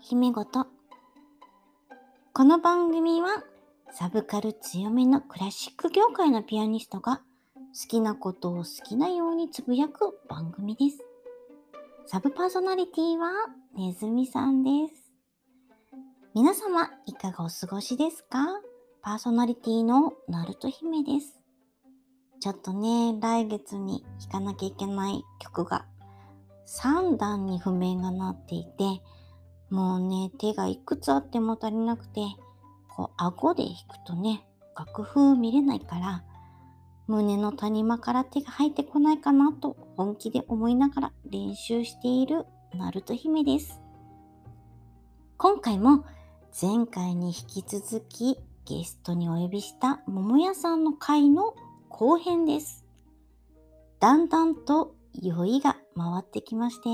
姫ごと。この番組はサブカル強めのクラシック業界のピアニストが好きなことを好きなようにつぶやく番組です。サブパーソナリティはネズミさんです。皆様いかがお過ごしですかパーソナリティのナルト姫です。ちょっとね、来月に弾かなきゃいけない曲が3段に譜面がなっていて、もうね、手がいくつあっても足りなくて、こう顎で弾くとね、楽譜見れないから、胸の谷間から手が入ってこないかなと本気で思いながら練習しているナルト姫です。今回も前回に引き続きゲストにお呼びした桃屋さんの回の後編です。だんだんと酔いが回ってきまして、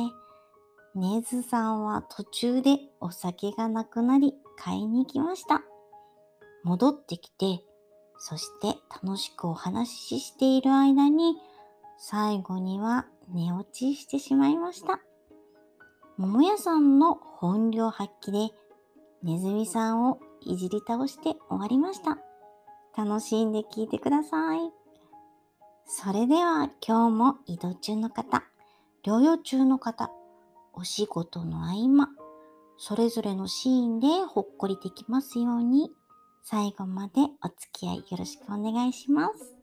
ネズさんは途中でお酒がなくなり買いに行きました。戻ってきて、そして楽しくお話ししている間に、最後には寝落ちしてしまいました。桃屋さんの本領発揮で、ネズミさんをいじり倒して終わりました。楽しんで聞いてください。それでは今日も移動中の方、療養中の方、お仕事の合間、それぞれのシーンでほっこりできますように、最後までお付き合いよろしくお願いします。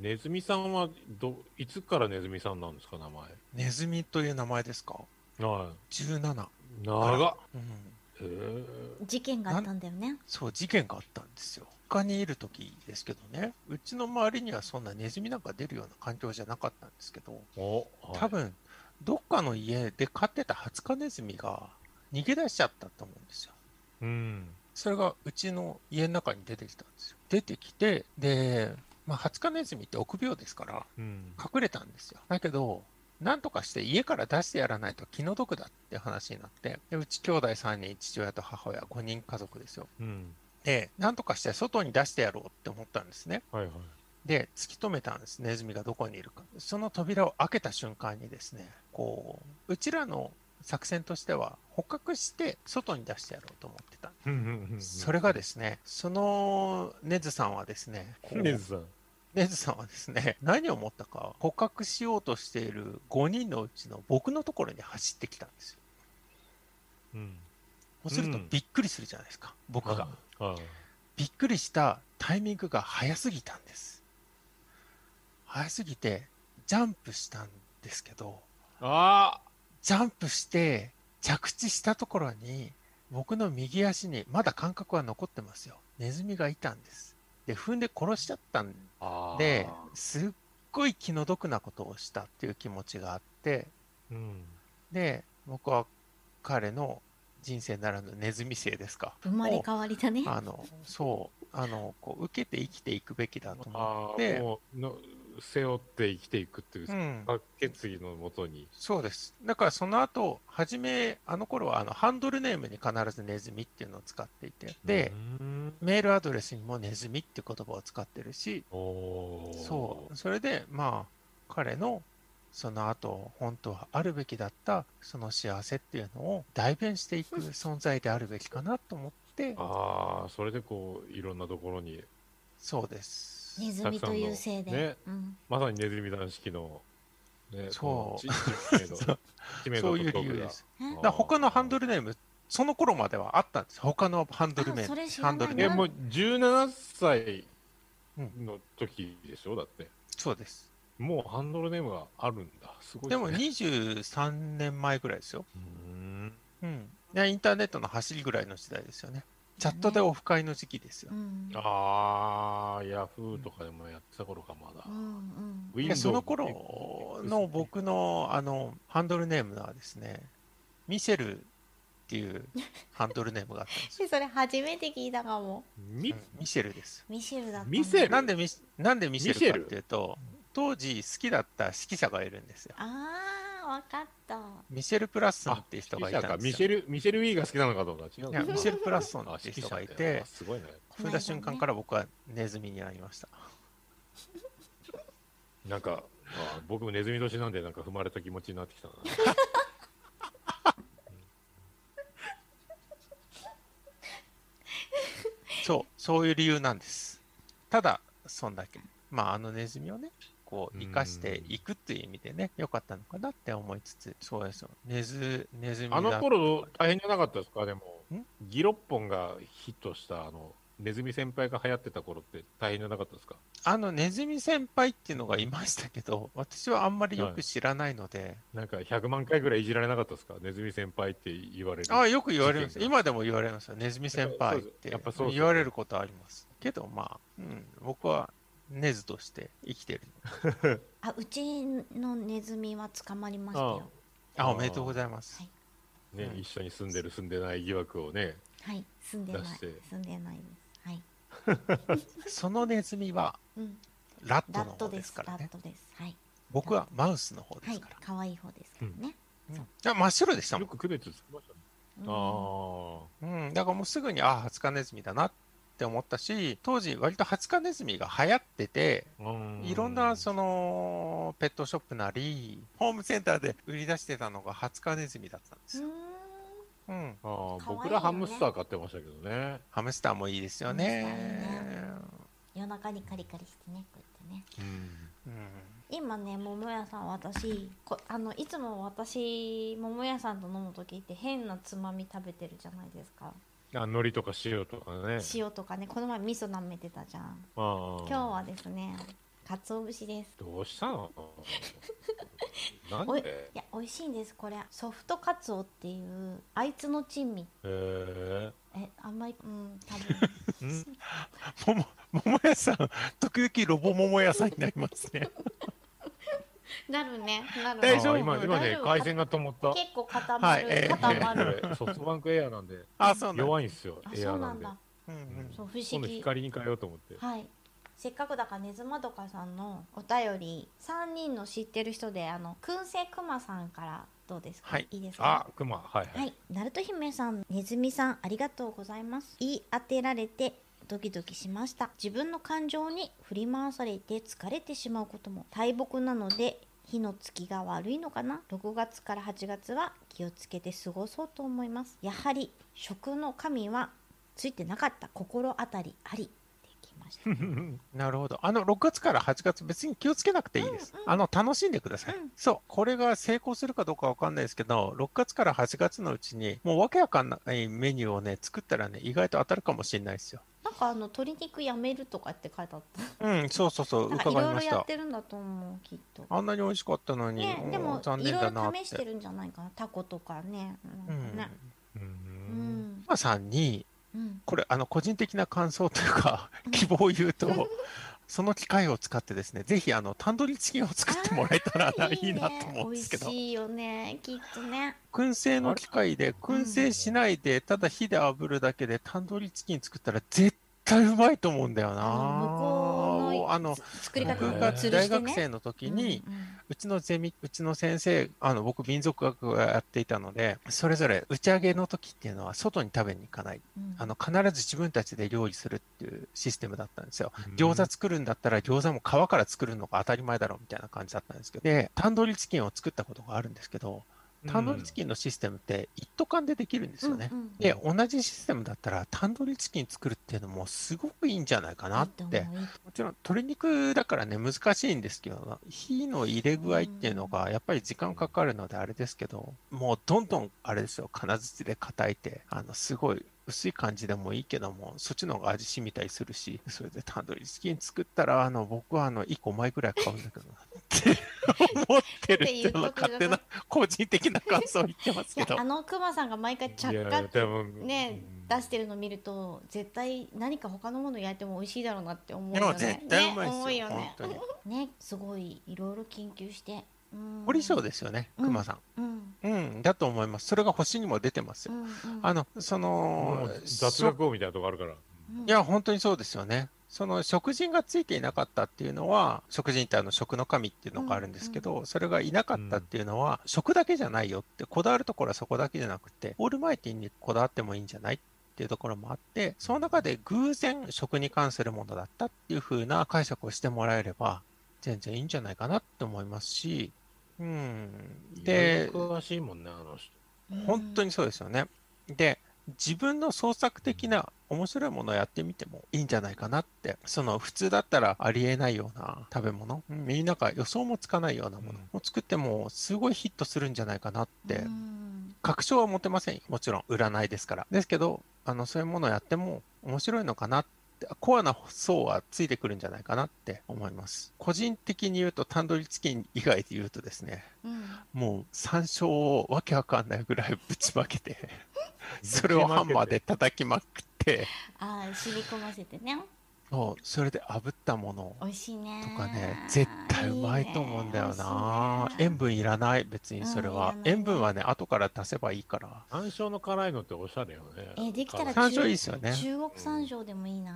ネズミさんはどいつからネズミさんなんですか名前ネズミという名前ですかは ?17。い長っうん。へえ事件があったんだよね。そう、事件があったんですよ。他にいる時ですけどね、うちの周りにはそんなネズミなんか出るような環境じゃなかったんですけど、お、はい多分、どっかの家で飼ってたハツカネズミが逃げ出しちゃったと思うんですよ。うんそれがうちの家の中に出てきたんですよ。出てきて、で、まあ、ハツカネズミって臆病ですから、うん隠れたんですよ。だけど、なんとかして家から出してやらないと気の毒だって話になって、でうち兄弟3人、父親と母親、5人家族ですよ。うんで、なんとかして外に出してやろうって思ったんですね。はいはいで、突き止めたんです、ネズミがどこにいるか。その扉を開けた瞬間にですね、こう、うちらの作戦としては、捕獲して外に出してやろうと思ってた。うんうんうんそれがですね、そのネズさんはですね、こうネズさんネズさんはですね、 何を思ったか、捕獲しようとしている5人のうちの僕のところに走ってきたんですよ。うんそうするとうんびっくりするじゃないですか、僕が。はいびっくりしたタイミングが早すぎたんです。早すぎて、ジャンプしたんですけど、あジャンプして着地したところに、僕の右足にまだ感覚は残ってますよ。ネズミがいたんです。で、踏んで殺しちゃったんーあーですっごい気の毒なことをしたっていう気持ちがあってうんで僕は彼の人生ならぬネズミ生ですか生まれ変わりだね。あのそうあのこう受けて生きていくべきだと思あで、あもうの背負って生きていくっていうう、うん決意のもとにそうですだからその後初めあの頃はあのハンドルネームに必ずネズミっていうのを使っていてでうんメールアドレスにもネズミって言葉を使ってるしおーそう。それで、まあ、彼の、その後、本当はあるべきだった、その幸せっていうのを代弁していく存在であるべきかなと思って、ああそれでこういろんなところにそうです。ネズミというせいで。たくさんのねうん、まさにネズミ男式のねそうこの知知名そ度う知名そ度とういう理トー由クがです。だから他のハンドルネーム、その頃まではあったんです。他のハンドルネあそれー知ム、らハないンドルいネやーもム。う17歳の時でしょだってそうです。もうハンドルネームがあるんだすごいですもね23年前ぐらいですよ。うーんうん。ねインターネットの走りぐらいの時代ですよね。チャットでオフ会の時期ですよう。ん。ああヤフーとかでもやってた頃かまだ、うんうん。ウィンドでウその頃の僕のあのハンドルネームはですね、ミシェルっていうハンドルネームがあったんですよ。それ初めて聞いたかも。みうん ミシェルです。ミシェルだったんだ。ミシェルなんでミシなんでミシミシェェルルかっていうと、当時好きだった指揮者がいるんですよ。ああ、わかった。ミシェル・プラッソンっていう人がいたんあでミすシェよ。ルミシェル・ウィーが好きなのかどうか違ういやミシェル・プラッソンあっていう指揮人者がいだよてあ、すごいねこの間踏ねんだ瞬間から僕はネズミになりました。なんか、あ僕もネズミ年なんで、なんか踏まれた気持ちになってきたな。そう、そういう理由なんです。ただ、そんだけ。まあ、あのネズミをね、こう、うん生かしていくっていう意味でね、良かったのかなって思いつつ、そうですよ。ネズ、ネズミだあの頃、大変じゃなかったですかでもん、ギロッポンがヒットした、あの、ネズミ先輩が流行ってた頃って大変じゃなかったですかあのネズミ先輩っていうのがいましたけど、私はあんまりよく知らないので、なんか100万回ぐらいいじられなかったですかネズミ先輩って言われる。ああ、よく言われます。事件今でも言われますよ。ネズミ先輩ってやっぱそうです言われることあります。けど、まあ、うん、僕はネズとして生きてる。あうちのネズミは捕まりましたよあ、おめでとうございます。はいね、一緒に住んでる住んでない疑惑をね、はい住んでない出して住んでないですはいそのネズミはうんラットラのット方でですすからラッね。トですはい僕はマウスの方ではすいから。可愛い方ですからね、うんあ真っ白でしたもよん。く区別つきましたね。うんああ。うん、だからもうすぐに、ああ、ハツカネズミだなって思ったし、当時割とハツカネズミが流行ってて、いろんなそののペットショップなりホームセンターで売り出してたのがハツカネズミだったんですうよ、んうん、あー可愛いよね僕らハムスター買ってましたけどね。ハムスターもいいですよねハムス夜中にカリカリしてねこうやってねうん今ね桃屋さん私こあのいつも私桃屋さんと飲む時って変なつまみ食べてるじゃないですかあ海苔とか塩とかね。塩とかねこの前味噌舐めてたじゃんあー今日はですね鰹節ですどうし たのなんでいや美味しいんですこれソフトカツオっていうあいつの珍味ええあんまりうん多ー、んもも桃屋さん時々ロボ桃屋さんになりますね分 なるねなる大丈夫あー今今大ね丈夫回線が止まった。結構固まる、はいえー固ま る、ねソフトバンクエアなんであそうなんだ弱いんですよあエそアうななんんで。だうんうんそう不今思度議光に変えようと思って。はい。せっかくだからねずまどかさんのお便り3人の知ってる人であの燻製くまさんからどうですか、はいいいですかあ、クマ、はいはい。はい、ナルト姫さん、ネズミさん、ありがとうございます。言い当てられて、ドキドキしました。自分の感情に振り回されて疲れてしまうことも大木なので、火のつきが悪いのかな ?6 月から8月は気をつけて過ごそうと思います。やはり、食の神はついてなかった心当たりあり。できま した。うん、なるほどあの6月から8月別に気をつけなくていいです、うんうんあの楽しんでください、うんそうこれが成功するかどうかわかんないですけど6月から8月のうちにもうわけわかんないメニューをね作ったらね意外と当たるかもしれないですよなんかあの、鶏肉やめるとかって書いてあった。うん、そうそうそう、なんかい伺いろいまろし。やったてるんだと思う、きっと。あんなに美味しかったのに、ねう、んでも残い念ろだいろなっ試してて。るんじゃないかなタコとかね。うなんんかねうー。うんんまさんに、うんこれ、あの個人的な感想というかう、ん希望を言うと。その機会を使ってですね、ぜひあのタンドリーチキンを作ってもらえたらあなーいいなと思うんねですけど美、味しいよねきっとね燻製の機械でん燻製しないで、ただ火で炙るだけでタンドリーチキン作ったら絶対うまいと思うんだよあな。の向こうのあの作り方僕をが吊る大して学ね生の時に、うんうんうちのゼミ、うちの先生、あの、僕、民族学をやっていたので、それぞれ打ち上げの時っていうのは外に食べに行かない。うんあの、必ず自分たちで料理するっていうシステムだったんですよ。餃子作るんだったら餃子も皮から作るのが当たり前だろうみたいな感じだったんですけど、で、タンドリーチキンを作ったことがあるんですけど、タンドリーチキンのシステムって一斗缶でできるんですよね。うんうんで、同じシステムだったらタンドリーチキン作るっていうのもすごくいいんじゃないかなっいいと思てういいもちろん鶏肉だからね難しいんですけど火の入れ具合っていうのがやっぱり時間かかるのであれですけどもうどんどんあれですよ金槌で叩いてあのすごい薄い感じでもいいけどもそっちの方が味しみたりするしそれでタンドリーチキン作ったらあの僕はあの1個前ぐらい買うんだけどなって思ってるっていうのは勝手な個人的な感想を言ってますけいやどあのクマさんが毎回ちゃっいやかって多分ねうん出してるの見ると絶対何か他のもの焼いても美味しいだろうなって思うでもよ絶ね対ねうまいですよ,、思うよ本ね当にねすごいいろいろ研究して凝り性でですよねクマさんうんうん、だと思いますそれが星にも出てますようんうんあの、そものう、雑そ学王みたいなとこあるから。うんいや、本当にそうですよね。その食人がついていなかったっていうのは、食人ってあの食の神っていうのがあるんですけど、それがいなかったっていうのは、食だけじゃないよって、こだわるところはそこだけじゃなくて、オールマイティにこだわってもいいんじゃないっっていうところもあって、その中で偶然食に関するものだったっていう風な解釈をしてもらえれば、全然いいんじゃないかなって思いますし、うん。で、詳しいもんね、あの人。本当にそうですよね。で、自分の創作的な面白いものをやってみてもいいんじゃないかなって、その普通だったらありえないような食べ物、うんみんなが予想もつかないようなものを作ってもすごいヒットするんじゃないかなって、確証は持てませんよ。もちろん占いですから。ですけど、あの、そういうものをやっても面白いのかなって、コアな層はついてくるんじゃないかなって思います。個人的に言うと、タンドリーチキン以外で言うとですね、もう山椒をわけわかんないぐらいぶちまけて、それをハンマーで叩きまくって、ああ染み込ませてねそうそれで炙ったもの美味しいねとかね、絶対うまいと思うんだよな。塩分いらない、別にそれはうんいら。ない塩分はね、後から足せばいいから。山椒の辛いのっておしゃれよね。えできたら山椒いいですよね中国山椒でもいいな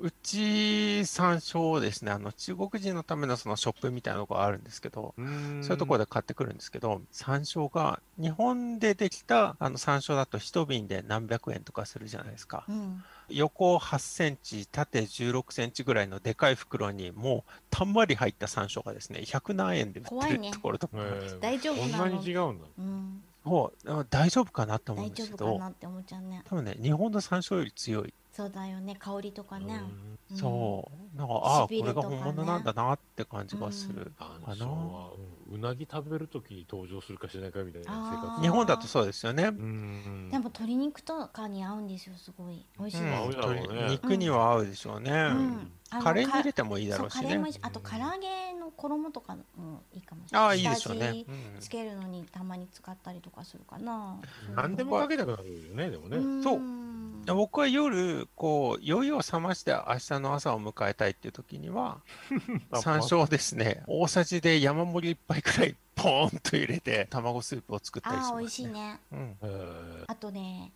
うち山椒をですね、あの中国人のためのそのショップみたいなのがあるんですけど、うんそういうところで買ってくるんですけど、山椒が日本でできたあの山椒だと一瓶で何百円とかするじゃないですか。うん横8センチ、縦16センチぐらいのでかい袋にもうたんまり入った山椒がですね、100何円で売っ怖ているねところとか、へー大丈夫なのこんなに違うんだ。うんもう大丈夫かなって思う大んで丈すけ夫かど、なって思っちゃうね多分ね、日本の山椒より強い。そうだよね香りとかねうんそう。なんか、ああ、こしびれれがとか本物なんだなって感じがすうる。山あ椒のはうんうなぎ食べるときに登場するかしないかみたいなあー生日本だとそうですよね。活。うんでも鶏肉とかに合うんですよすごい美味しいうんです合うだろうね鶏肉には合うでしょうね、うんあのカレーにか入れてもいいだそろううしカレーもいねいしあと唐揚げの衣とかもいいかもしれないああいいでしょう下ね味、つけるのにたまに使ったりとかするかな何でもかけたくなるよね、でもうね。んそうんうん僕は夜こう酔いを覚まして明日の朝を迎えたいっていう時には山椒をですね大さじで山盛り一杯くらいポーンと入れて卵スープを作ったりします、ああね、美味しいねうんへーあとね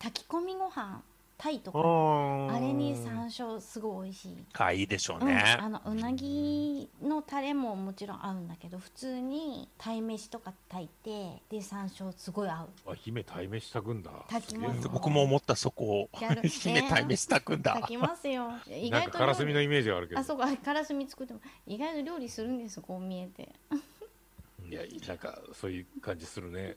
炊き込みご飯タイとあかーあれに山椒すごい美味しいあいいでしょううん、ね、あのうなぎのタレももちろん合うんだけど普通に鯛めしとか炊いてで山椒すごい合うあ姫鯛めしたくんだ。炊きますすげえな僕も思ったそこをやるね姫鯛めしたくんだ炊きますよ意なん外とかカラ料ス理ミのイメージがあるけどあ。そうかからすみ作っても意外と料理するんですこう見えていや、なんかそういう感じするね。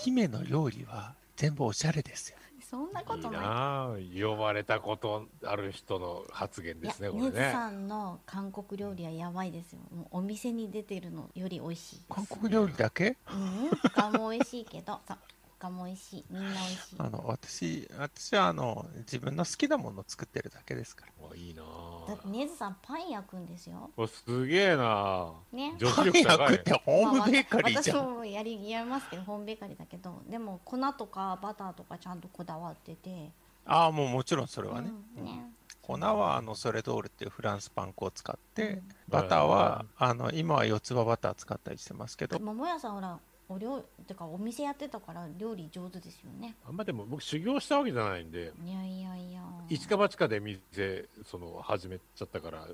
姫の料理は全部おしゃれですよそんなこいいとないなあ呼ばれたことある人の発言ですね、いこやれねずね。さんの韓国料理はやばいですよもうお店に出てるのより美味しい韓国料理だけうん他も美味しいけどそう他も美味しいみんな美味しいあの私私はあの自分の好きなものを作ってるだけですからあいいなだってねずさんパン焼くんですよおすげえなね女子パン力高焼いねくってホームベーカリーじゃん、まあわ私もやりやりますけどホームベーカリーだけどでも粉とかバターとかちゃんとこだわっててああもうもちろんそれはね,、うんね粉はあのソレドールっていうフランスパン粉を使って、うんバターは、あの今は四つ葉バター使ったりしてますけど、桃屋さんほらお料てかお店やってたから料理上手ですよねあんまでも僕修行したわけじゃないんで、いやいやいや一か八かで店その始めちゃったから、も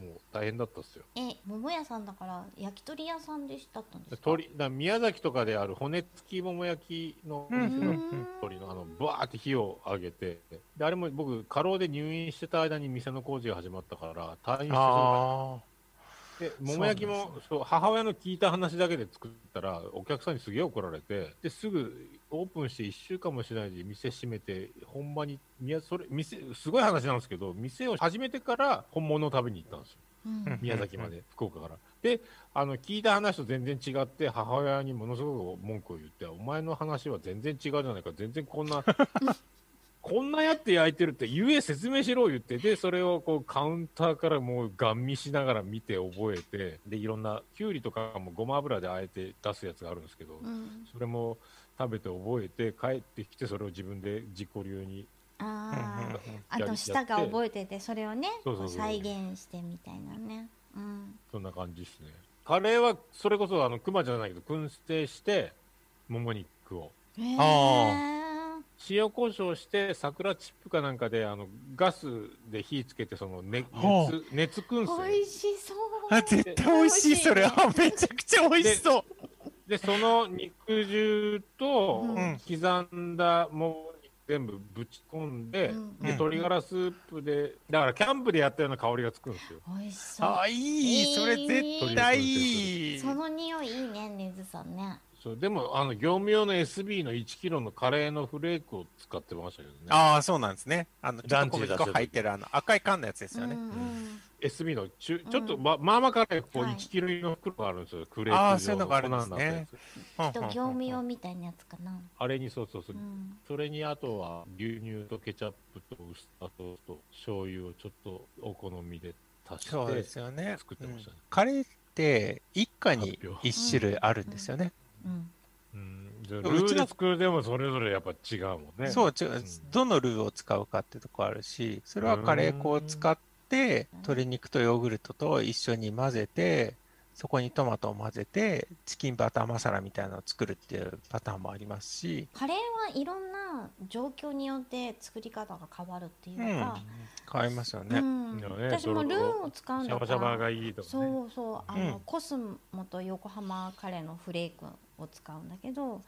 う大変だったっすよ。え桃屋さんだから焼き鳥屋さんでしたったんですか鳥だ宮崎とかである骨付きもも焼きのおうーん店うんの鳥のあのバーって火を上げてであれも僕過労で入院してた間に店の工事が始まったから退院してすぐあで桃焼きそうなもんそう母親の聞いた話だけで作ったらお客さんにすげえ怒られてですぐオープンして1週間もしないで店閉めて本場に宮それ店すごい話なんですけど店を始めてから本物を食べに行ったんですようんうん宮崎まで、福岡から。であの聞いた話と全然違って母親にものすごく文句を言って「お前の話は全然違うじゃないか全然こん なこんなやって焼いてるってゆえ説明しろ」言ってでそれをこうカウンターからもうガン見しながら見て覚えてでいろんなきゅうりとかもごま油であえて出すやつがあるんですけど、うんそれも食べて覚えて帰ってきてそれを自分で自己流にあーーうんうんあやとり舌が覚えててそれをねそうそうそう再現してみたいなねうんそんな感じですね。カレーはそれこそあの熊じゃないけど燻製してもも肉をへあー塩コショウして桜チップかなんかであのガスで火つけてその熱ほう熱熱燻美製味しそうあ絶対美味しいそれはめちゃくちゃ美味しそうでその肉汁とうん刻んだもも全部ぶち込んで、うんでうん鶏ガラスープでだからキャンプでやったような香りがつくんですよ美味しそうあーいいそれ絶対いいその匂いいいねねずさんねそうでもあの業務用の SB の1キロのカレーのフレークを使ってましたけどねああそうなんですねあのちょラっンチと小で出せる麦粉入ってるあの赤い缶のやつですよね、うんうん、 SB のちゅうんちょっとま,、まあまあカレーこうはい1キロ入りの袋があるんですよ、クレーあープそ状ういうののがあるんですね粉になったやつうんうんと業務用みたいなやつかな、あれにそうそうそう、うん、それにあとは牛乳とケチャップとウスターソースと醤油をちょっとお好みで足してそうですよね作ってましたねうんカレーって一家に発表一種類あるんですよね、うんうんじゃあでルもうちのーで作るでもそれぞれやっぱ違うもんねそう違う、んどのルーを使うかってとこあるしそれはカレー粉を使ってうん鶏肉とヨーグルトと一緒に混ぜてそこにトマトを混ぜてチキンバターマサラみたいなのを作るっていうパターンもありますし、カレーはいろんな状況によって作り方が変わるっていうのが、変えますようね、んいやね私もルーを使うんシだかャバらシャバがいいとかねそうそうあの、うんコスモと横浜カレーのフレークを使うんだけど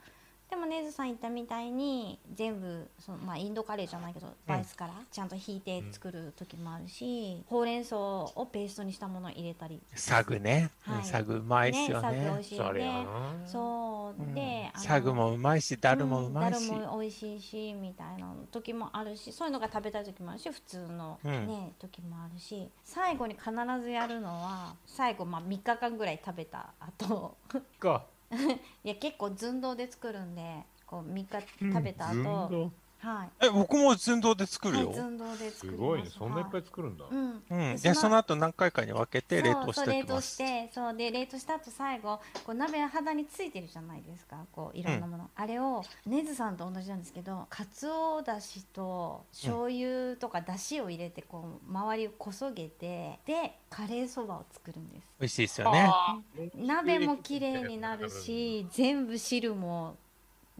でもねずさん言ったみたいに全部その、まあ、インドカレーじゃないけどバイスからちゃんとひいて作る時もあるし、ほうれん草をペーストにしたものを入れたり、サグね、はいサグうまいっすねよサグ美ね味しいよそれやねなそう、うんであのサグもうまいしダルもうまいし、んダルも美味しいしみたいな時もあるしそういうのが食べたい時もあるし普通のうね、ん時もあるし最後に必ずやるのは最後まあ3日間ぐらい食べた後 かいや結構寸胴で作るんでこう3日食べたずん後、どはい、え僕も寸胴で作るはよ、い、寸胴で作すりますごいねそんないっぱはい作るんだ、いうんうん、ででそそのの後何回かに分けて冷凍しそうそうてお冷きま凍しすてそうで冷凍した後最後こう鍋肌についてるじゃないですかこういろんなもの、あれをねずさんと同じなんですけどかつおだしと醤油とかだしを入れてこう周りをこそげてでカレーそばを作るんです美味しいですよねあー鍋も綺麗になるし全部汁も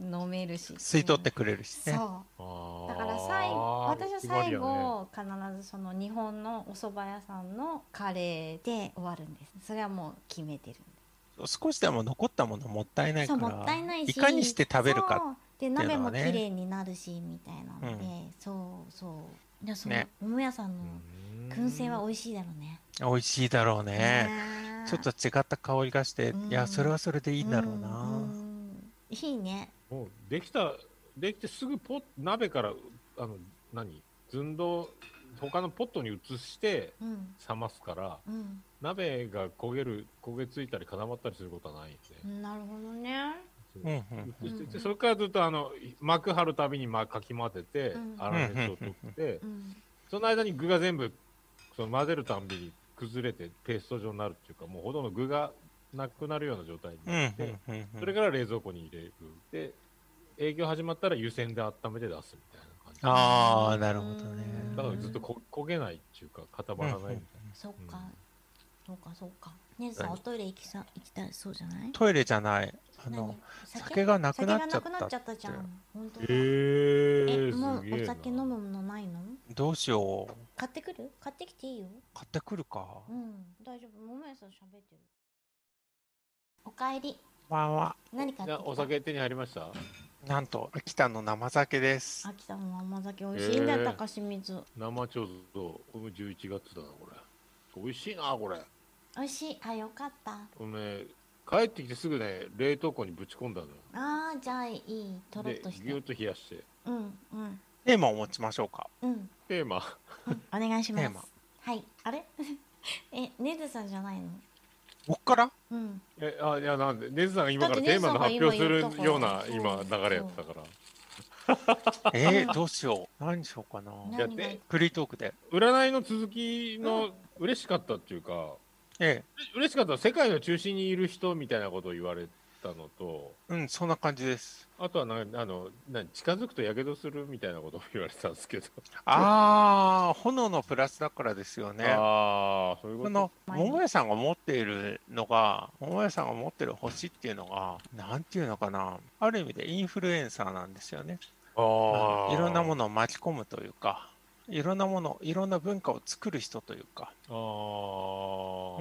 飲めるし吸い取ってくれるしそねうだだから最後私は最後、必ずその日本のお蕎麦屋さんのカレーで終わるんですそれはもう決めてる少しでも残ったものもったいないそかうらもったいないしかにして食べるかそうでのはね鍋も綺麗になるしみたいなので、そうそういやそのね桃屋さんのう燻製は美味しいだろうね美味しいだろうねねちょっと違った香りがして、うんいやそれはそれでいいいんだろうな、いいねもうできたできてすぐポッ鍋からあの何寸胴他のポットに移してうん冷ますからう鍋が焦げる焦げついたり固まったりすることはないんで、んなるほどねうんうん移してうんうんそれからずっとあの膜張るたびにまかき混ぜてうん粗熱を取ってうんその間に具が全部その混ぜるたんびに崩れてペースト状になるっていうかもうほとんど具がなくなるような状態にうんうんなって、うんうんそれから冷蔵庫に入れるで営業始まったら湯煎で温めて出すみたいな感じああなるほどねうんだからずっとこ焦げないっていうか固まらないみたそっいな、か、そうかそうか姉さん何おトイレ行きさ行きたいそうじゃないトイレじゃないあ何の酒がなくなっちゃっ酒がなくなっちゃたったじゃん本当だえー、えもうすげえおな酒飲むものないのどうしよう買ってくる買ってきていいよ買ってくるかうん大丈夫桃屋さん喋ってるおかえりわんわ何買ってきなたお酒手に入りましたんなんと秋田の生酒です秋田の甘酒美味しいんだよ、へえ高清水生貯蔵これも11月だなこれ美味しいなこれ美味しいあよかったこれね帰ってきてすぐね冷凍庫にぶち込んだのよあーじゃあいいとろっでとしぎゅってと冷やしてうんうんテーマを持ちましょうかうんテーマうんお願いしまテすーマはいあれ えねずさんじゃないの僕 からうんえあいやなんでネズさんが今からだってネテーズさんマのが発今表する言ったからようなそう今流れやったからえー、どうしよう何しようかなやっ何てがいいフリートークで占いの続きの嬉しかったっていうか、え嬉しかったのは世界の中心にいる人みたいなことを言われたのとえうんそんな感じですあとはなあのな近づくとやけどするみたいなことを言われたんですけど、ああ炎のプラスだからですよね ああそういうこことの桃屋さんが持っているのが桃屋さんが持ってる星っていうのがなんていうのかなある意味でインフルエンサーなんですよねあーいろんなものを巻き込むというかいろんなものいろんな文化を作る人というかあ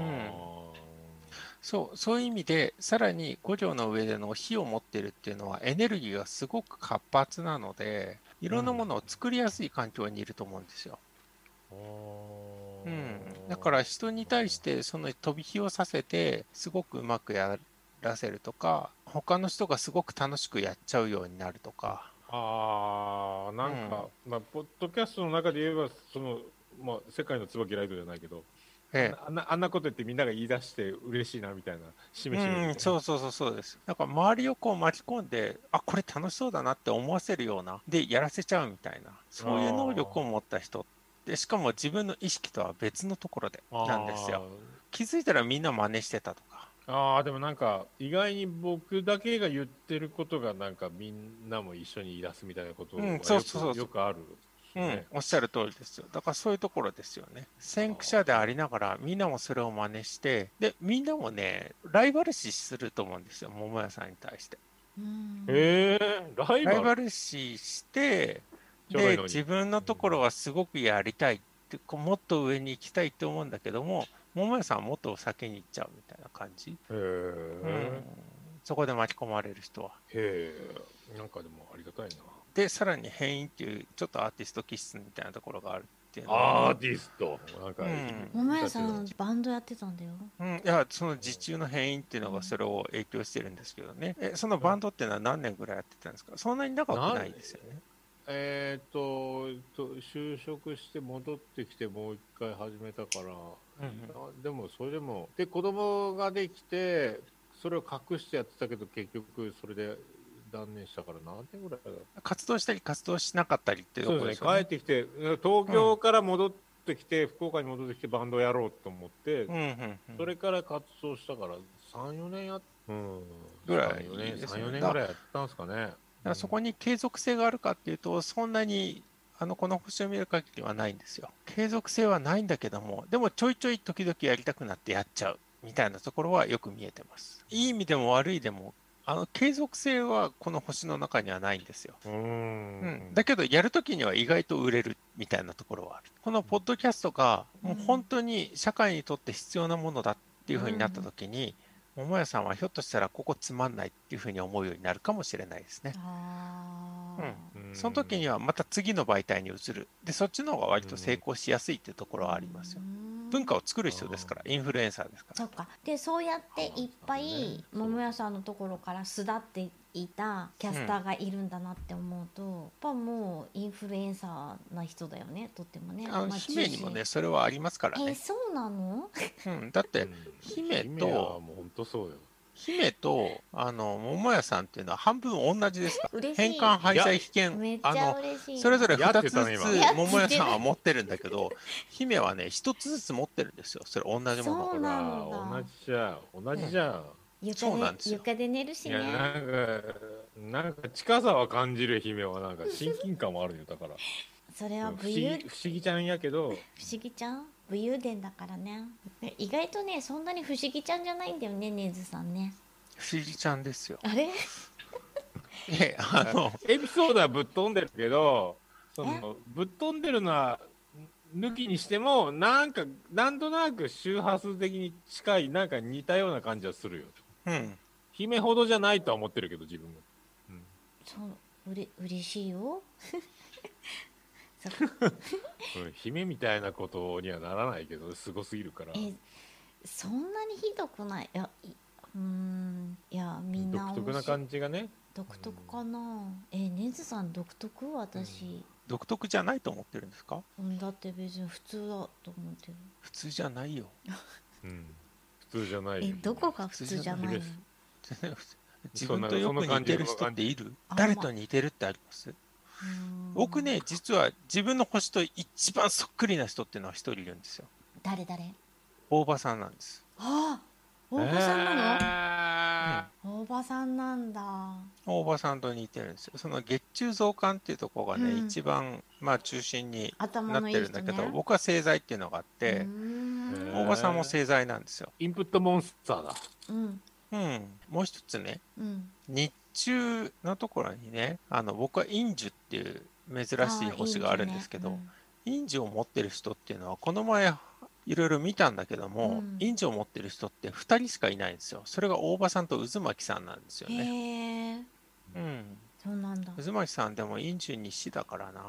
そうそういう意味でさらに五条の上での火を持ってるっていうのはエネルギーがすごく活発なのでいろんなものを作りやすい環境にいると思うんですよ。うう、んだから人に対してその飛び火をさせてすごくうまくやらせるとか他の人がすごく楽しくやっちゃうようになるとか、ああなんか、まあ、ポッドキャストの中で言えばその、まあ、世界の椿ライドじゃないけど、えあんなあんなこと言ってみんなが言い出して嬉しいなみたいなしえ、めしめみたいな、うんそうそうそうそうですだから周りをこう巻き込んであこれ楽しそうだなって思わせるようなでやらせちゃうみたいなそういう能力を持った人でしかも自分の意識とは別のところでなんですよ気づいたらみんな真似してたとかあーあーでもなんか意外に僕だけが言ってることがなんかみんなも一緒に言い出すみたいなことがうんよく,、そうそうそうよくある、うん、おっしゃる通りですよ。だからそういうところですよね。先駆者でありながら、みんなもそれを真似して、で、みんなもね、ライバル視すると思うんですよ、桃屋さんに対して。うんええー、ライバラルイバル視して、ちょろいで、のに自分のところはすごくやりたいって、こうもっと上に行きたいと思うんだけども、桃屋さんはもっと先に行っちゃうみたいな感じ。へーうんそこで巻き込まれる人は。へえなんかでもありがたいなで、さらに変異っていう、ちょっとアーティスト気質みたいなところがあるっていうのはアーティストなんか、うん桃屋さんバンドやってたんだよ。うん、いやその自中の変異っていうのがそれを影響してるんですけどね、えそのバンドっていうのは何年ぐらいやってたんですかそんなに長くないですよねえっ、とと就職して戻ってきてもう一回始めたから、あでもそれでもで子供ができてそれを隠してやってたけど結局それで断念したから何年ぐらいだ活動したり活動しなかったりっていうところですよ帰っねてきて東京から戻ってきて、福岡に戻ってきてバンドやろうと思って、うんうんうんそれから活動したから34年やっうんぐらい34年ですね34年ぐらいやったんですかねだからそこに継続性があるかっていうとそんなにあのこの星を見る限りはないんですよ継続性はないんだけどもでもちょいちょい時々やりたくなってやっちゃうみたいなところはよく見えてますいい意味でも悪いでもあの継続性はこの星の中にはないんですようんうんうん、だけどやるときには意外と売れるみたいなところはあるこのポッドキャストがもう本当に社会にとって必要なものだっていうふうになったときに、桃屋さんはひょっとしたらここつまんないっていうふうに思うようになるかもしれないですね、ああ。うんその時にはまた次の媒体に移るでそっちの方が割と成功しやすいっていうところはありますよ、うん文化を作る人ですからインフルエンサーですかそらっかでそうやっていっぱいそう桃屋さんのところから巣立っていたキャスターがいるんだなって思うと、やっぱもうインフルエンサーな人だよねとってもね。あのまあ姫にもね中それはありますから心えね、そうなの？うん、だって姫とうん姫はもう本当そうよ姫とあの桃屋さんっていうのは半分同じですから嬉しい。変換廃材被めっ験ちあゃの嬉しい。それぞれやっ2てつたねず今つやって桃屋さんは持ってるんだけど姫はね1つずつ持ってるんですよそれ同じものそほうならんだ同じじゃん同じじゃん、床そうでなんですよ床で寝るしいねや。なんかなんか近さは感じる姫はなんか親近感もあるよだからそれはうん不武思勇議不思議ちゃんやけど不思議ちゃん武勇伝だからねね意外とねそんなに不思議ちゃんじゃないんだよねねずさんね不思議ちゃんですよあれえあのエピソードはぶっ飛んでるけどそのぶっ飛んでるのは抜きにしてもなんかなんとなく周波数的に近いなんか似たような感じはするようん姫ほどじゃないとは思ってるけど自分も、うんそううれ嬉しいようん姫みたいなことにはならないけどすごすぎるからえそんなにひどくないいやいうーんいやみんな独特なじ感じがね独特かなえねずさん独特私、独特じゃないと思ってるんですかうん、だって別に普通だと思ってる普通じゃないよ うん普通じゃないえどこが普通じゃないの普通じゃない自分とよく似てる人っているあ誰と似てるってありますうーん僕ね実は自分の星と一番そっくりな人っていうのは一人いるんですよ誰誰大場さんなんですああ大場さんなの、な大場さんなんだ。大場さんと似てるんですよその月中増刊っていうところがね、うん一番まあ中心にな頭っのいいてる人んね。だけど僕は製材っていうのがあっうてー、んへ大場さんも製材なんですよインプットモンスターだ。うんうんもう一つねうん。日中のところにねあの僕はインジュっていう珍しい星があるんですけどああいいインジュを持ってる人っていうのはこの前いろいろ見たんだけども、うんインジュを持ってる人って2人しかいないんですよそれが大場さんと渦巻さんなんですよねうね、んへえ。うん、そうなんだ。渦巻さんでも陰樹西だからな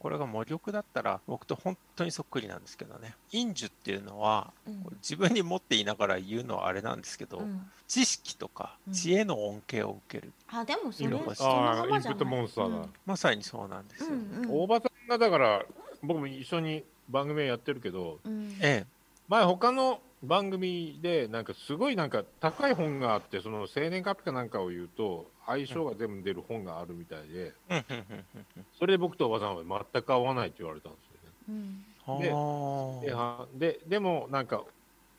これが魔力だったら僕と本当にそっくりなんですけどね陰樹っていうのはうんこう自分に持っていながら言うのはあれなんですけど、うん知識とかうん知恵の恩恵を受ける、あ、でもそれ色がそのあまあ、イまンじプゃットない。モンスターだ。まさにそうなんですうよ、んうん。大場さんがだから僕も一緒に番組やってるけどうんええ前他の番組でなんかすごいなんか高い本があってその生年月日かなんかを言うと相性が全部出る本があるみたいでうんうんうんうんうんそれで僕とおばさんは全く合わないって言われたんですよね。うんではではででもなんか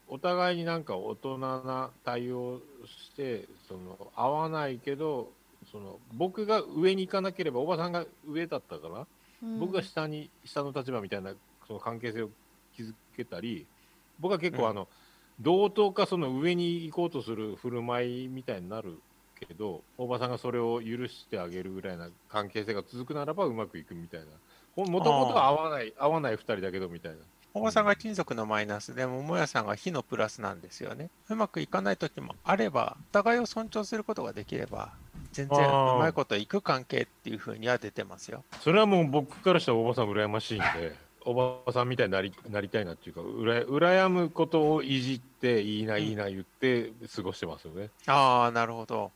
お互いになんか大人な対応してその合わないけどその僕が上に行かなければおばさんが上だったからうん僕が下に下の立場みたいなその関係性を築けたり僕は結構あの、同等かその上に行こうとする振る舞いみたいになるけどおばさんがそれを許してあげるぐらいな関係性が続くならばうまくいくみたいなもともとは合わない合わない2人だけどみたいな。おばさんが金属のマイナスで桃屋さんが火のプラスなんですよねうまくいかない時もあればお互いを尊重することができれば全然あーうまいこといく関係っていうふうには出てますよそれはもう僕からしたらおばさん羨ましいんで、おばさんみたいになりなりたいなっていうか、うら羨むことをいじって、いいな、いいな言って過ごしてますよね。ああなるほど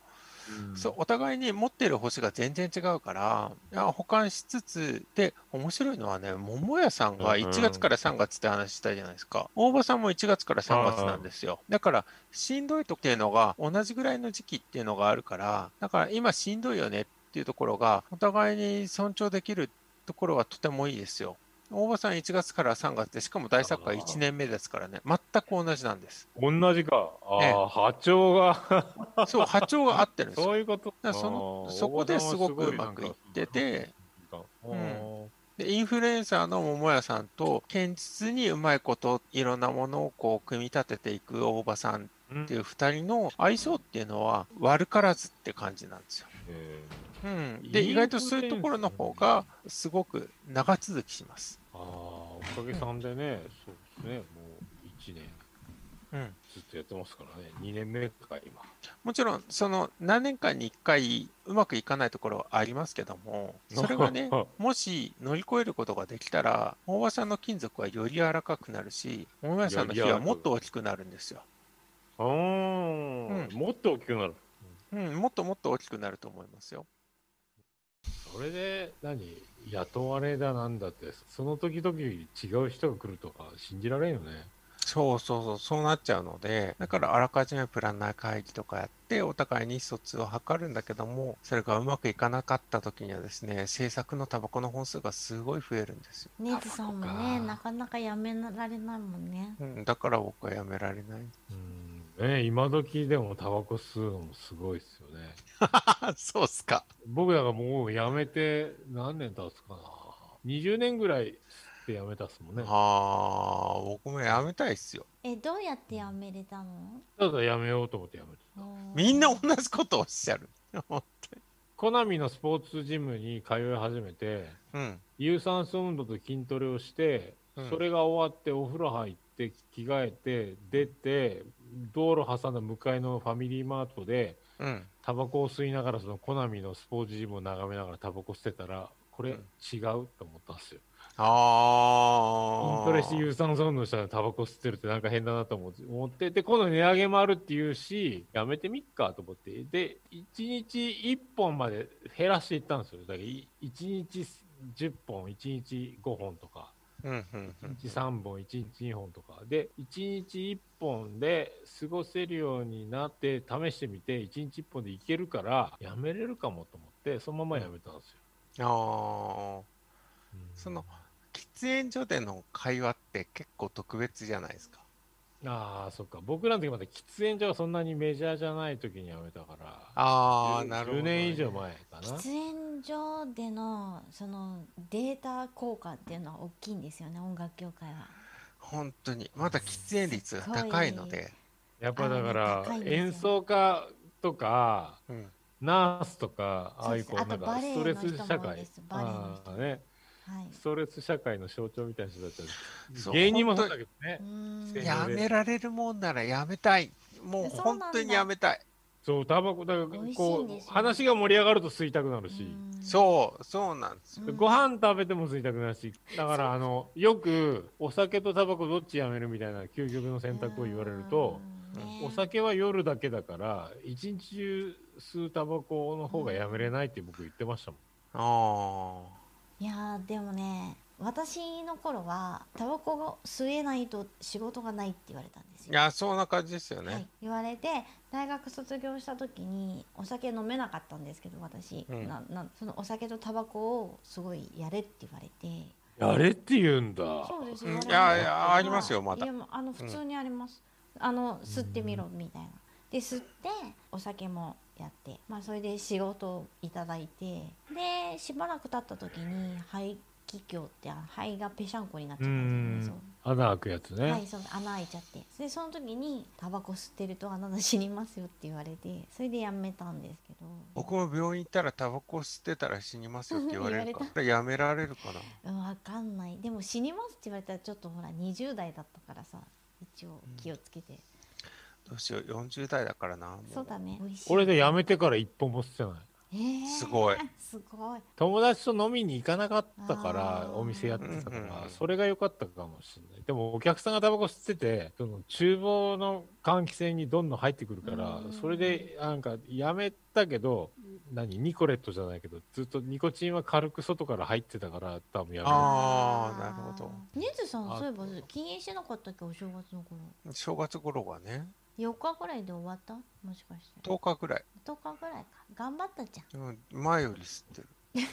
そうう。お互いに持っている星が全然違うからいや保管しつつで面白いのはね桃屋さんがうんうん1月から3月って話したじゃないですか大場さんも1月から3月なんですよだからしんどい時っていうのが同じぐらいの時期っていうのがあるからだから今しんどいよねっていうところがお互いに尊重できるところはとてもいいですよ大場さん1月から3月でしかも大作家1年目ですからね全く同じなんです 同じか。ああ、ええ波長が、そう波長が合ってるんですよそういうこと。だからそのそこですごくうまくいってて、おばさんはすごいなんかうんでインフルエンサーの桃屋さんと堅実にうまいこといろんなものをこう組み立てていく大場さんうんっていう2人の相性っていうのは悪からずって感じなんですよ。えうん、でインフルエンサー意外とそういうところの方がすごく長続きします。ーああ、おかげさんでね、そうですね、もう1年うん、ずっとやってますからね、2年目か、今。もちろんその何年間に1回うまくいかないところはありますけどもそれが ねもし乗り越えることができたら大場さんの金属はより柔らかくなるし桃屋さんの火はもっと大きくなるんですよ。あーうんもっと大きくなる。うん、もっともっと大きくなると思いますよ。それで何雇われだなんだってその時々違う人が来るとか信じられんよねそうそうそう、そうなっちゃうので、だからあらかじめプランナー会議とかやって、お互いに意思疎通を図るんだけども、それがうまくいかなかった時にはですね、制作のタバコの本数がすごい増えるんですよ。ネイツさんもタバねコかなかなかやめられないもんね。うん、だから僕はやめられない。 うんね今時でもタバコ吸うのもすごいっすよねそうっすか。僕らがもうやめて何年経つかな20年ぐらい吸ってやめたっすもんねああ、僕もやめたいっすよ。えどうやってやめれたの？ただやめようと思ってやめたみんなおー同じことをおっしゃる。 コナミのスポーツジムに通い始めてうん。有酸素運動と筋トレをしてうんそれが終わってお風呂入って着替えて出て道路挟んだ向かいのファミリーマートでうん。タバコを吸いながらそのコナミのスポーツジムを眺めながらタバコ吸ってたらこれ違ううんと思ったんですよ。ああ。イントレして有酸素運動したらタバコ吸ってるってなんか変だなと思って思ってで今度値上げもあるっていうしやめてみっかと思ってで1日1本まで減らしていったんですよだから1日10本1日5本とか。うん、うん、う1ん。日3本、1日2本とか。で、1日1本で過ごせるようになって試してみて、1日1本でいけるから、やめれるかもと思って、そのままやめたんですよ。ああ。そのうん、喫煙所での会話って結構特別じゃないですか。ああ、そっか。僕らの時まで喫煙所がそんなにメジャーじゃない時にやめたから、ああ、 10なるほど、 10年以上。前かな。喫煙所でのそのデータ効果っていうのは大きいんですよね音楽業界は。本当に。まだ喫煙率が高いので。やっぱだかあー高らいん、ですよ演奏家とか、うん、ナースとか、ああいうこそうう、ですあなんとかバレスエトのレ人もス社多いで会す。バレエの人あーね。はい。ストレス社会の象徴みたいな人たちだそったう芸人もそうだけどねう。ーんせーのやめられるもんならやめたい。もうそう本なんだ当にやめたい。そうタバコだから美味しいこんう、ですよ話が盛り上がると吸いたくなるし、そう、そうなんですよ。うんご飯食べても吸いたくなるしだからあのよくお酒とタバコどっちやめるみたいな究極の選択を言われると、、うんねお酒は夜だけだから一日中吸うタバコの方がやめれないって僕言ってましたもん。あいやーでもね私の頃はタバコを吸えないと仕事がないって言われたんですあ。いよ。や、そんな感じですよね。はい、言われて大学卒業した時にお酒飲めなかったんですけど私、うんななそのお酒とタバコをすごいやれって言われてやれって言うんだ。そうですうんよ。いやいやありますよまだいやもうあの普通にあります。あの吸ってみろみたいな。で吸ってお酒もやって、まあそれで仕事をいただいて、でしばらく経った時に肺気胸ってあの肺がぺしゃんこになっちゃったんですよね。穴開くやつそうね。はい、そう穴開いちゃってでその時に「タバコ吸ってると穴が死にますよ」って言われてそれでやめたんですけど僕も病院行ったらタバコ吸ってたら死にますよって 言われるか言わら、やめられるかな。うんわかんないでも死にますって言われたらちょっとほら20代だったからさ一応気をつけて、どうしよう、40代だからな。もそうだね。美味しい俺でやめてから一本も吸ってない。えーすごい。すごい。友達と飲みに行かなかったかあらーお店やってたかうんうらんそれが良かったかもしれないでもお客さんがタバコ吸っててその厨房の換気扇にどんどん入ってくるからうんそれでなんかやめたけど何ニコレットじゃないけどずっとニコチンは軽く外から入ってたから多分やめたああーなるほどネズさんあそういえば禁煙してなかったっけお正月の頃。正月頃はね、 4日ぐらいで終わったもしかして。 10日ぐらい。 10日ぐらいか。頑張ったじゃん。うん、前より吸ってる。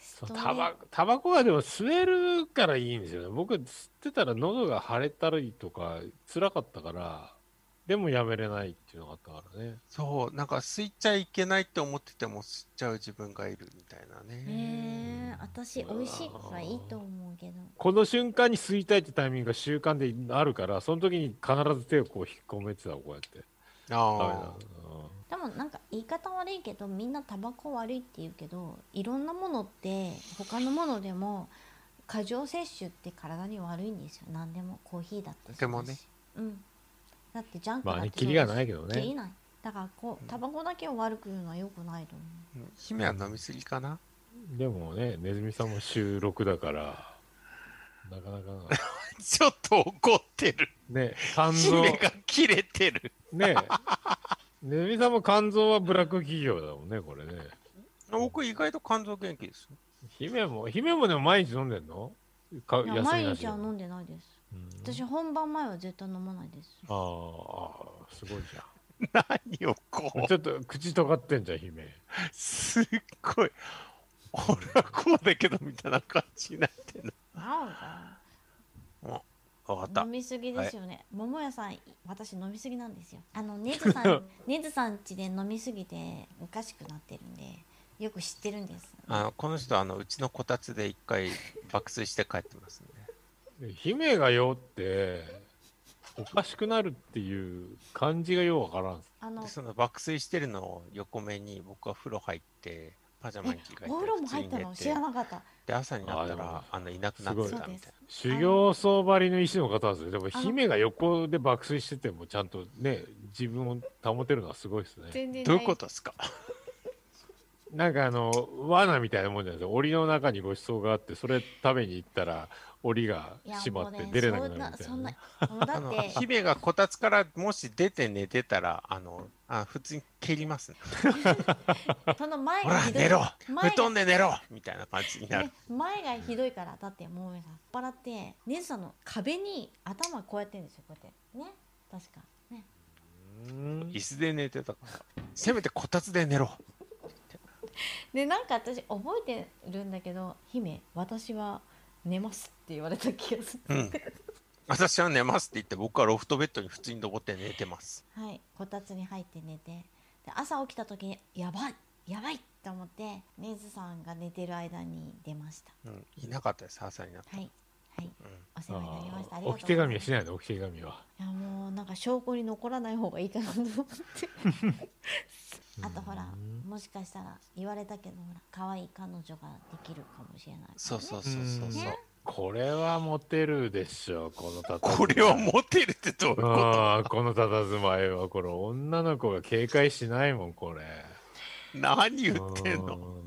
そスうトレータバタバコはでも吸えるからいいんですよね僕吸ってたら喉が腫れたりとか辛かったからでもやめれないっていうのがあったからねそう、なんか吸いちゃいけないって思ってても吸っちゃう自分がいるみたいなね。えー、私美味しいからいいと思うけど。この瞬間に吸いたいってタイミングが習慣であるからその時に必ず手をこう引っ込めてたこうやってダメだああ、でもなんか言い方悪いけどみんなタバコ悪いって言うけどいろんなものって他のものでも過剰摂取って体に悪いんですよ何でもコーヒーだってそうだしでもねうんだってジャンクだまってそうだあねしキリがないけど切りねないだからこううんタバコだけを悪く言うのは良くないと思うん姫は飲みすぎかな。でもねネズミさんも収録だからなかなか なちょっと怒ってる。ね肝臓姫が切れてる。ねネズミさんも肝臓はブラック企業だもんねこれね僕意外と肝臓元気ですよ。姫も姫もでも毎日飲んでんのかういや毎な日は飲んでないですうん私本番前は絶対飲まないですあーあーすごいじゃ何をこうんちょっと口尖ってんじゃん姫すっごい俺はこうだけどみたいな感じになってるな分かっんかた飲みすぎですよね、桃屋さん私飲みすぎなんですよあのネズさんネズさん家で飲みすぎておかしくなってるんでよく知ってるんですあのこの人あのうちのこたつで一回爆睡して帰ってますねで姫がよっておかしくなるっていう感じがようわからんあのでその爆睡してるのを横目に僕は風呂入ってパジャマに着替えてお風呂も入った普通にの寝て知らなかったで朝になったらああのいなくなってそたうでみたいなす修行僧ばりの意志の方ですよでもあの姫が横で爆睡しててもちゃんとね自分を保てるのはすごいですね全然どういうことですかなんかあの罠みたいなもんじゃないですか檻の中にご馳走があってそれ食べに行ったら檻がいや閉まっもてうね出れなくなるみたいそんななねそんなあもうのだって姫がこたつからもし出て寝てたらあのあ普通に蹴りますねその前ほがらひどい寝ろ前布が団で寝ろみたいな感じになるね前がひどいからだってもうさ酔っ払って姉さんの壁に頭こうやってるんですよこうやってね確かねうん椅子で寝てたからせめてこたつで寝ろでなんか私覚えてるんだけど「姫私は寝ます」って言われた気がすうる、ん私は寝ますって言って僕はロフトベッドに普通に登って寝てますはいこたつに入って寝てで朝起きた時に「やばいやばい!」と思って姉津さんが寝てる間に出ましたうんいなかったです朝になってはいはいお世話になりましたあありがとうー置き手紙はごしざいないの置き手紙は、ますいやもうなんか証拠に残らない方がいいかなと思 ってあとほらうんもしかしたら言われたけどほら可愛い彼女ができるかもしれないそうそうそうそうそううんねこれはモテるでしょこのたこれはモテるってどういうこああこの佇まいはこれ女の子が警戒しないもんこれと何言ってんの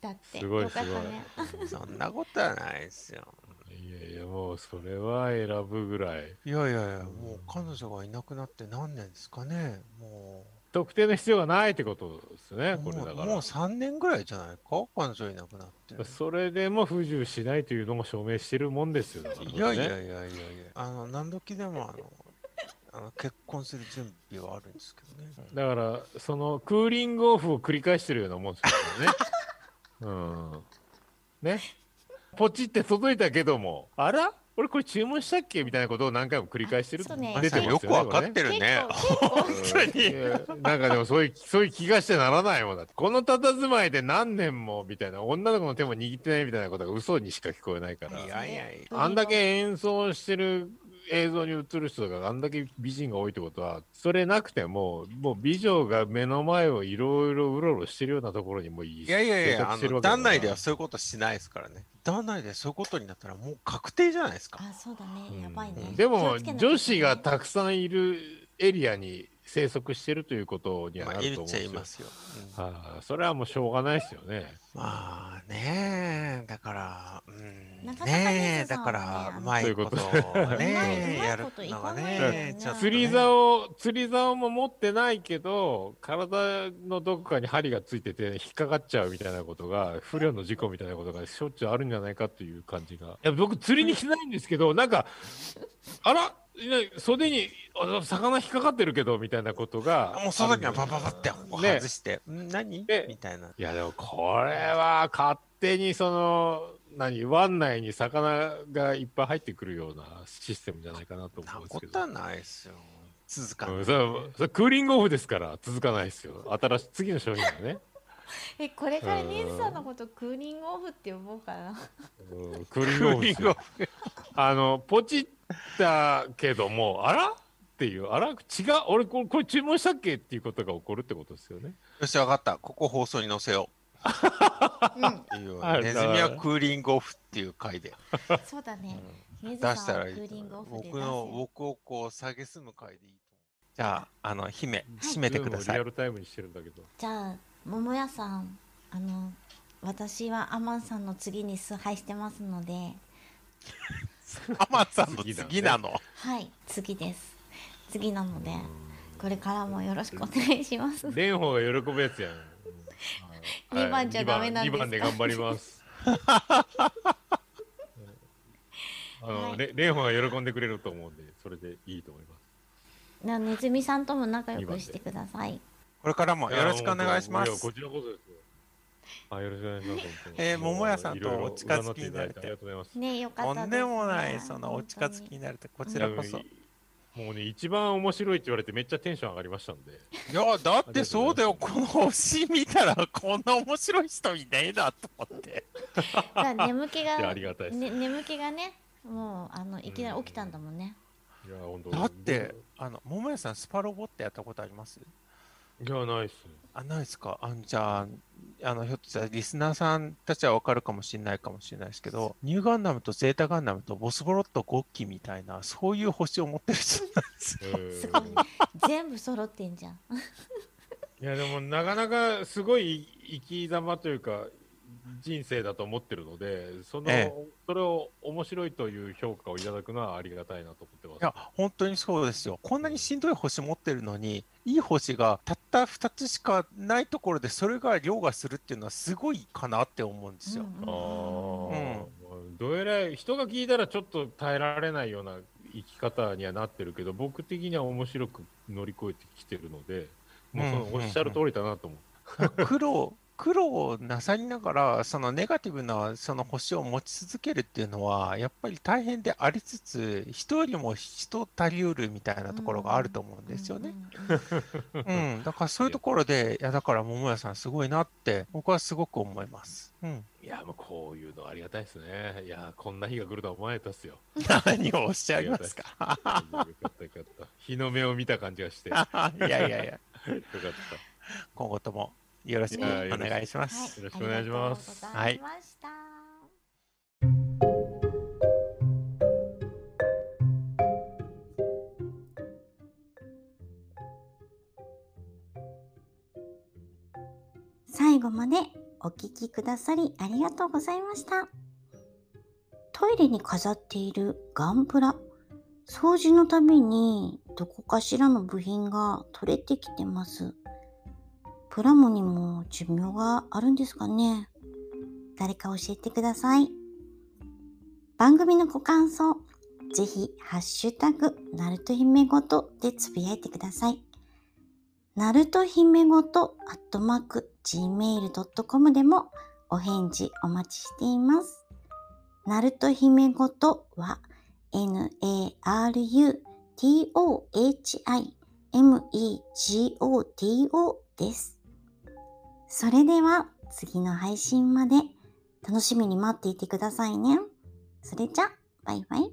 だって、すごいよかったね。すそんなことはないですよ。ごいいやいやもうそれは選ぶぐらいいやいやいや、もう彼女がいなくなって何年ですかね。も特定の必要がないってことですう、ねもこうれだかもうら3年ぐらいじゃないか彼女いなくなって。それでも不自由しないというのも証明してるもんですよだからいやいやいこやいやいや、あの、何時でもあの、あの結婚する準備はあるんですけどね。れねだからそのクーリングオフを繰り返してるようなもんです よねうんねポチって届いたけどもあら俺これ注文したっけみたいなことを何回も繰り返してるそうねマ出リさんますよくわかこれっねてるね。結構、結構。本当にいやなんかでもそういう、そういう気がしてならないもんだって。この佇まいで何年も、みたいな、女の子の手も握ってないみたいなことが嘘にしか聞こえないから。いやいやいやあんだけ演奏してる映像に映る人があんだけ美人が多いってことは、それなくても、もう美女が目の前をいろいろうろうろしてるようなところにもいいいやいやい生や、あ活してるの、わけだ団から内ではそういうことしないですからね。団内でそういうことになったらもう確定じゃないですか。あ、そうだうんね。やばいね。で気もをつけなきゃいけない女子がたくさんいるエリアに生息してるということにはまなあ、るいと思るうんでっちゃすいよ。ますよ。うんああそれはもうしょうがないですよね。まあねえ、だから、うん、なかなかねねえ、そうだだから、ねうまいことそういうことをねうまいやうまいるのがこといかないよねね、ちょっとね釣り竿、釣り竿も持ってないけど、体のどこかに針がついてて引っかかっちゃうみたいなことが、不慮の事故みたいなことがしょっちゅうあるんじゃないかっていう感じが。いや、僕釣りに来てないんですけど、なんか、あら、いや袖にあ魚引っかかってるけど、みたいなことが。もうその時はパパパってね外して、ん何ねみたいな。いや、でもこれは勝手にその、何湾内に魚がいっぱい入ってくるようなシステムじゃないかなと思なうんですこけとどは。ないですよ。続かう、なんい。それはそれクーリングオフですから続かないですよ新しい次の商品はね、えこれから姉さんのことクーリングオフって呼ぼうかな。うんクーリンクグオーフでリンすグオよフあのポチったけどもあらっていうあら違う俺これこれ注文したっけっていうことが起こるってことですよね よし、わかった。ここ放送に載せようん、う。いいよあネズミはクーリングオフっていう回で。そうだね。出出したらいいクーリングオフで出せ僕の僕をこう蔑む回でいいと思うじゃああの姫締めてください、ズームをリアルタイムにしてるんだけどじゃあ桃屋さんあの私はアマンさんの次に崇拝してますのでアマさんの次なの、はい次です次なのでうこれからもよろしくお願いし ますん蓮舫が喜ぶやつやん 二番じゃダメなんですか2番で頑張り ます。あの、はいれ蓮舫が喜んでくれると思うんで、それでいいと思います。なネズミさんとも仲良くしてくださいこれからもよろしくお願いしまやこすちらこそですよ。あ、よろしくお願いします。本当にえー桃屋さんといろいろお近づ占っきになれてていただいありがとうございます。ねえよかとったんでですもないねそのお近づきになれてこちいらやこそいもうね、一番面白いって言われて、めっちゃテンション上がりましたんで。やだってそうだよこの星見たらこんな面白い人いないなと思って本当にだから眠気 いや、がありがたいです。ね眠気がねもうあのいきなり起きたんだもんねいや、本当。だって。あの桃屋さんスパロボってやったことありますいや、ないっす。あないですかあのじゃああのひょっとしたらリスナーさんたちは分かるかもしれないかもしれないですけどニューガンダムとゼータガンダムとボスボロット5機みたいなそういう星を持ってる人なんですようんすごい全部揃ってんじゃんいやでもなかなかすごい生き様というか人生だと思ってるのでその、えそれを面白いという評価をいただくのはありがたいなと思っいてまや本当にそうですよこんなにしんどい星持ってるのにいい星がたった2つしかないところでそれが凌駕するっていうのはすごいかなって思うんですよ、す。うんうんああ、どえらい人が聞いたらちょっと耐えられないような生き方にはなってるけど僕的には面白く乗り越えてきてるのでもうそのおっしゃる通りだなと思う。苦労苦労をなさりながらそのネガティブなその星を持ち続けるっていうのはやっぱり大変でありつつ人よりも人足りうるみたいなところがあると思うんです よね。うんうんうん、だからそういうところでいやだから桃屋さんすごいなって僕はすごく思います。 うん、いやもうこういうのありがたいですね。いやこんな日が来るとは思わなかったっす よ。何をおっしゃいますかよかったよかった。日の目を見た感じがしてよかっ いやいやいやた。今後ともよろしくお願いします。よろしくお願いしますはありがとうございました。最後までお聞きくださりありがとうございました。トイレに飾っているガンプラ。掃除のたびにどこかしらの部品が取れてきてます。プラモにも寿命があるんですかね誰か教えてください。番組のご感想、ぜひ、ハッシュタグ、ナルト姫ごとでつぶやいてください。ナルト姫ごと、アットマーク、gmail.com でもお返事お待ちしています。ナルト姫ごとは、n-a-r-u-t-o-h-i-m-e-g-o-t-o です。それでは、次の配信まで楽しみに待っていてくださいね。それじゃ、バイバイ。